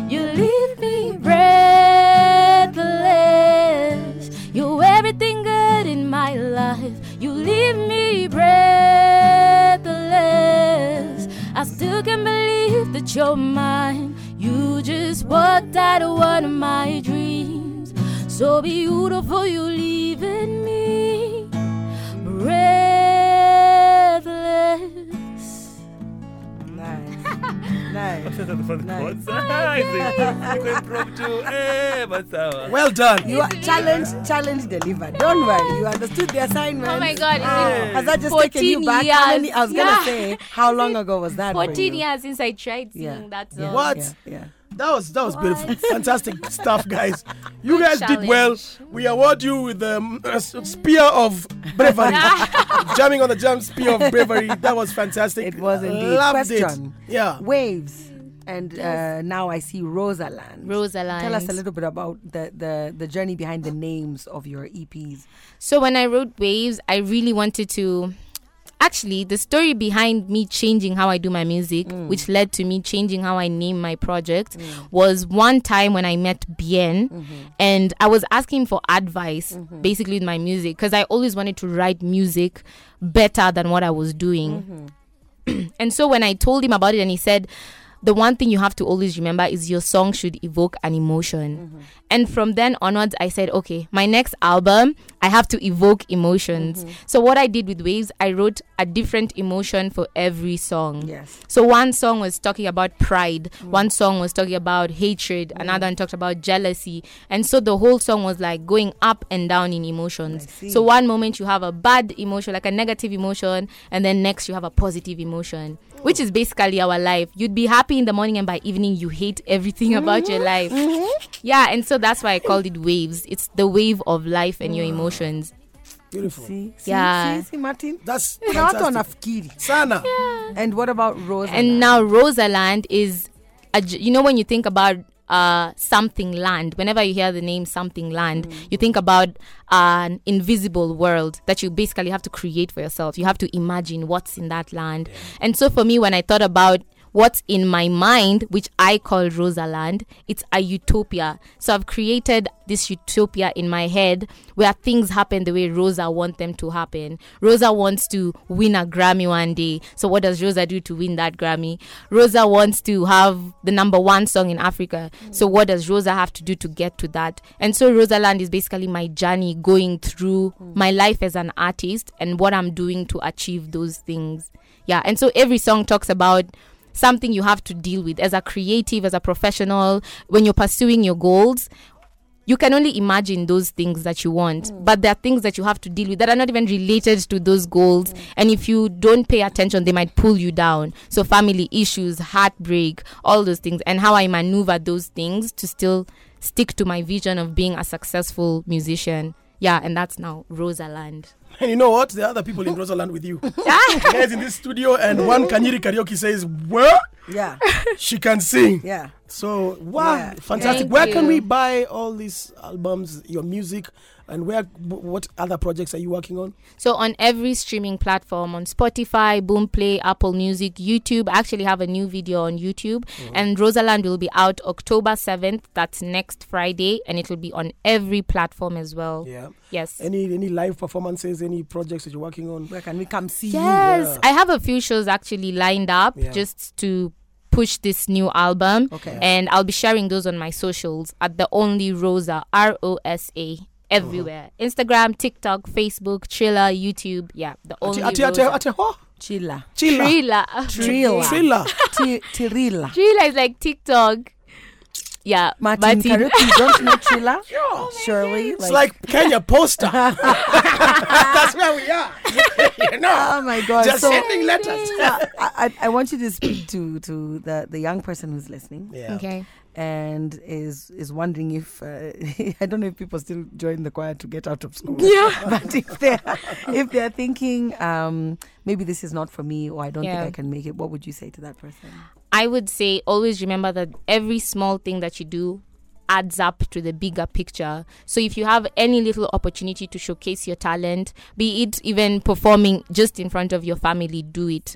S5: You leave me breathless. You're everything good in my life. You leave me breathless. I still can't believe that you're mine. You just walked out of one of my dreams. So beautiful, you leaving me breathless.
S6: Nice. Nice.
S7: Shout out to the
S6: Nice.
S7: chords. Nice. Iko impromptu. Eh, but sawa.
S4: Well done.
S6: You are challenge, challenge delivered. Don't worry, you understood the assignment.
S5: Oh my God, it's been
S6: Has that just taken you
S5: 14
S6: back? How
S5: years.
S6: many- I was
S5: Yeah.
S6: gonna say, how long ago was that? for
S5: 14
S6: you?
S5: years since I tried
S6: Yeah.
S5: singing that
S6: Yeah,
S5: song.
S4: What?
S6: Yeah, yeah.
S4: That was that was beautiful. Fantastic stuff, guys. You guys did
S5: challenge.
S4: well. We award you with the um, uh, s- spear of bravery.
S6: [LAUGHS]
S4: Jamming on the jam spear of bravery. That was fantastic.
S6: It was indeed.
S4: Loved it.
S6: Question.
S4: Yeah.
S6: Waves. And uh, now I see Rosaland.
S5: Rosaland.
S6: Tell us a little bit about the, the, the journey behind the names of your E EPs.
S5: So when I wrote Waves, I really wanted to. Actually, the story behind me changing how I do my music,
S6: Mm.
S5: which led to me changing how I name my project, was one time when I met Bien
S6: Mm-hmm.
S5: and I was asking for advice basically with my music because I always wanted to write music better than what I was
S6: Mm-hmm.
S5: doing. And so when I told him about it and he said, the one thing you have to always remember is your song should evoke an emotion. And from then onwards, I said, okay, my next album, I have to evoke emotions. So, what I did with Waves, I wrote a different emotion for every song.
S6: Yes.
S5: So, one song was talking about pride, one song was talking about hatred, another one talked about jealousy. And so, the whole song was like going up and down in emotions. So, one moment you have a bad emotion, like a negative emotion, and then next you have a positive emotion, which is basically our life. You'd be happy in the morning, and by evening you hate everything about your life. Yeah, and so that's why I called it waves. It's the wave of life and your emotions.
S4: Beautiful.
S6: See? See,
S5: Yeah.
S6: see, see Martin?
S4: That's
S6: Not on
S4: fantastic. Sana.
S6: And what about Rosaland?
S5: And now Rosaland is, a, j- you know, when you think about uh something land whenever you hear the name something land you think about an invisible world that you basically have to create for yourself you have to imagine what's in that land and so for me when i thought about what's in my mind, which I call Rosaland, it's a utopia. So I've created this utopia in my head where things happen the way Rosa wants them to happen. Rosa wants to win a Grammy one day. So what does Rosa do to win that Grammy? Rosa wants to have the number one song in Africa. So what does Rosa have to do to get to that? And so Rosaland is basically my journey going through my life as an artist and what I'm doing to achieve those things. Yeah. And so every song talks about something you have to deal with as a creative, as a professional, when you're pursuing your goals you can only imagine those things that you want but there are things that you have to deal with that are not even related to those goals and if you don't pay attention they might pull you down so family issues heartbreak all those things and how i maneuver those things to still stick to my vision of being a successful musician yeah and that's now rosaland
S4: And you know what? There are other people in Rosaland with
S6: [LAUGHS]
S4: you. Guys in this studio, and one Kanyiri Karaoke says, Well,
S6: Yeah.
S4: she can sing.
S6: Yeah.
S4: So, wow,
S6: Yeah.
S4: fantastic.
S5: Thank
S4: where can
S5: you.
S4: we buy all these albums, your music, and where? what other projects are you working on?
S5: So on every streaming platform, on Spotify, Boomplay, Apple Music, YouTube. I actually have a new video on YouTube,
S4: Mm-hmm.
S5: and Rosaland will be out October seventh. That's next Friday, and it will be on every platform as well.
S4: Yeah.
S5: Yes.
S4: Any any live performances, any projects that you're working on?
S6: Where can we come see
S5: yes,
S4: Yeah.
S5: I have a few shows actually lined up
S4: Yeah.
S5: just to push this new album.
S6: Okay.
S5: And I'll be sharing those on my socials at the only Rosa R O S A everywhere.
S4: Mm-hmm.
S5: Instagram, TikTok, Facebook, Triller, YouTube. Yeah, the only
S4: Ati, ati, ati,
S5: Rosa.
S4: ati, ho,
S6: you? Chilla.
S4: chilla.
S5: Triller.
S6: Triller.
S4: Triller.
S6: Ti-
S5: [LAUGHS]
S6: Tirila.
S5: Triller is like TikTok. Yeah.
S6: Martin,
S5: Martin.
S6: Karaoke, you don't know
S4: [LAUGHS]
S6: Chilla? Surely.
S4: Oh It's like Kenya Poster. That's where we are. [LAUGHS] you know,
S6: oh my God.
S4: just
S6: so,
S4: sending letters.
S6: [LAUGHS] I, I, I want you to speak to, to the, the young person who's listening.
S4: Yeah.
S5: Okay.
S6: and is is wondering if uh, [LAUGHS] I don't know if people still join the choir to get out of school.
S5: Yeah.
S6: [LAUGHS] but if they are if they're thinking um, maybe this is not for me or I don't
S5: Yeah.
S6: think I can make it, what would you say to that person?
S5: I would say always remember that every small thing that you do adds up to the bigger picture. So if you have any little opportunity to showcase your talent, be it even performing just in front of your family, do it.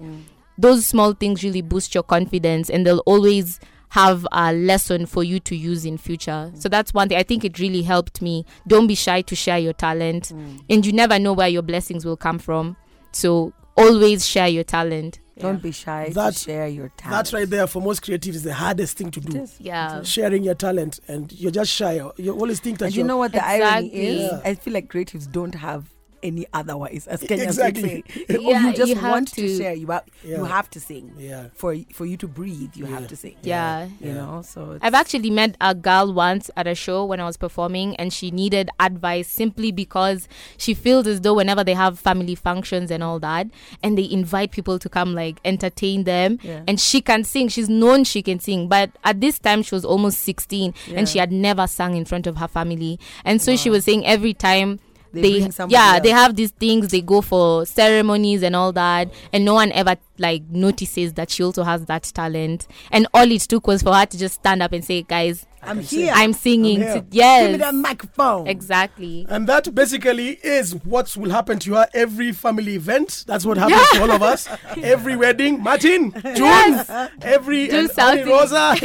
S5: Those small things really boost your confidence and they'll always have a lesson for you to use in future. So that's one thing I think it really helped me. Don't be shy to share your talent and you never know where your blessings will come from. So always share your talent.
S6: Don't be shy
S4: That-
S6: to share your talent.
S4: That's right there for most creatives is the hardest thing to do.
S5: Yeah.
S4: Sharing your talent, and you're just shy. You always think that
S6: And you
S4: you're.
S6: know what the irony
S5: Exactly.
S6: is?
S4: Yeah.
S6: I feel like creatives don't have any otherwise, as
S4: [LAUGHS]
S6: Kenyans
S4: Exactly.
S6: would say. Or
S5: Yeah,
S6: you just
S5: you have
S6: want to.
S5: to.
S6: share. You have you
S4: Yeah.
S6: have to sing.
S4: Yeah.
S6: For for you to breathe, you have to sing.
S5: Yeah.
S6: You know. So it's-
S5: I've actually met a girl once at a show when I was performing, and she needed advice simply because she feels as though whenever they have family functions and all that, and they invite people to come like entertain them,
S6: Yeah.
S5: and she can sing. She's known she can sing, but at this time she was almost 16
S6: Yeah.
S5: and she had never sung in front of her family, and so she was saying every time.
S6: They
S5: They,
S6: bring somebody
S5: yeah they
S6: else.
S5: have these things they go for ceremonies and all that and no one ever like notices that she also has that talent and all it took was for her to just stand up and say guys
S6: I'm here.
S5: I'm singing.
S4: I'm here.
S5: to- yes.
S6: Give me that microphone.
S5: Exactly.
S4: And that basically is what will happen to her every family event. That's what happens to all of
S5: [LAUGHS]
S4: us. Every wedding, Martin, June, every
S5: Do
S4: and
S5: something.
S4: Auntie
S5: [LAUGHS]
S4: Rosa,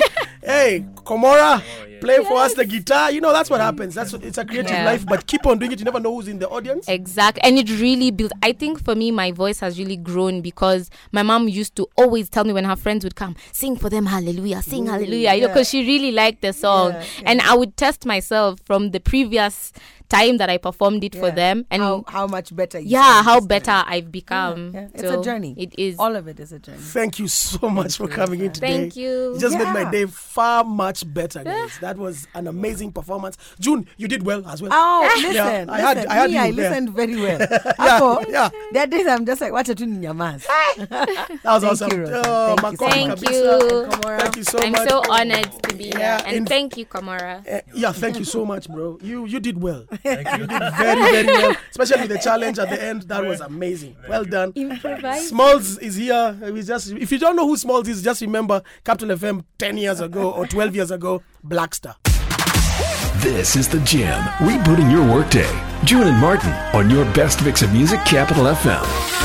S4: hey, Komora, play for us the guitar. You know, that's what happens. That's what, it's a creative
S5: Yeah.
S4: life, but keep on doing it. You never know who's in the audience.
S5: Exactly. And it really built. I think for me, my voice has really grown because my mom used to always tell me when her friends would come, sing for them, hallelujah, sing hallelujah, you know, because she really liked the song. And I would test myself from the previous time that I performed it for
S6: Yeah.
S5: them. And
S6: how, how much better you
S5: yeah,
S6: sound
S5: how
S6: this
S5: better
S6: time.
S5: I've become.
S6: Yeah, it's
S5: So
S6: a journey
S5: It is.
S6: all of it is a journey
S4: Thank you so [LAUGHS] much for coming in today.
S5: Thank you.
S4: It just made
S6: Yeah.
S4: my day far much better,
S5: [LAUGHS]
S4: guys. That was an amazing performance. June, you did well as well.
S5: [LAUGHS]
S6: Oh, listen, listen.
S4: I had- I had
S6: me,
S4: you
S6: I
S4: there.
S6: listened very well. Apo,
S4: [LAUGHS] yeah.
S6: There are days I'm just like, what a tune nyamas.
S4: that was
S6: Thank
S4: awesome.
S6: you, Rosa.
S4: Oh,
S6: Thank you so
S4: Makofi
S5: much. Thank
S4: Kabisa.
S5: you.
S4: Thank you so
S5: I'm
S4: much.
S5: so honored to be
S4: Yeah,
S5: here. And
S4: in-
S5: thank you, Kamara.
S4: Eh, yeah, thank you so much, bro. You you did well. you. did very very well, especially with the challenge at the end. That was amazing. well done.
S5: Improvise.
S4: Smalls is here. We just if you don't know who Smalls is, just remember Capital FM ten years ago or twelve years ago, Blackstar.
S1: This is The Jam, rebooting your workday. June and Martin on your best mix of music, Capital FM.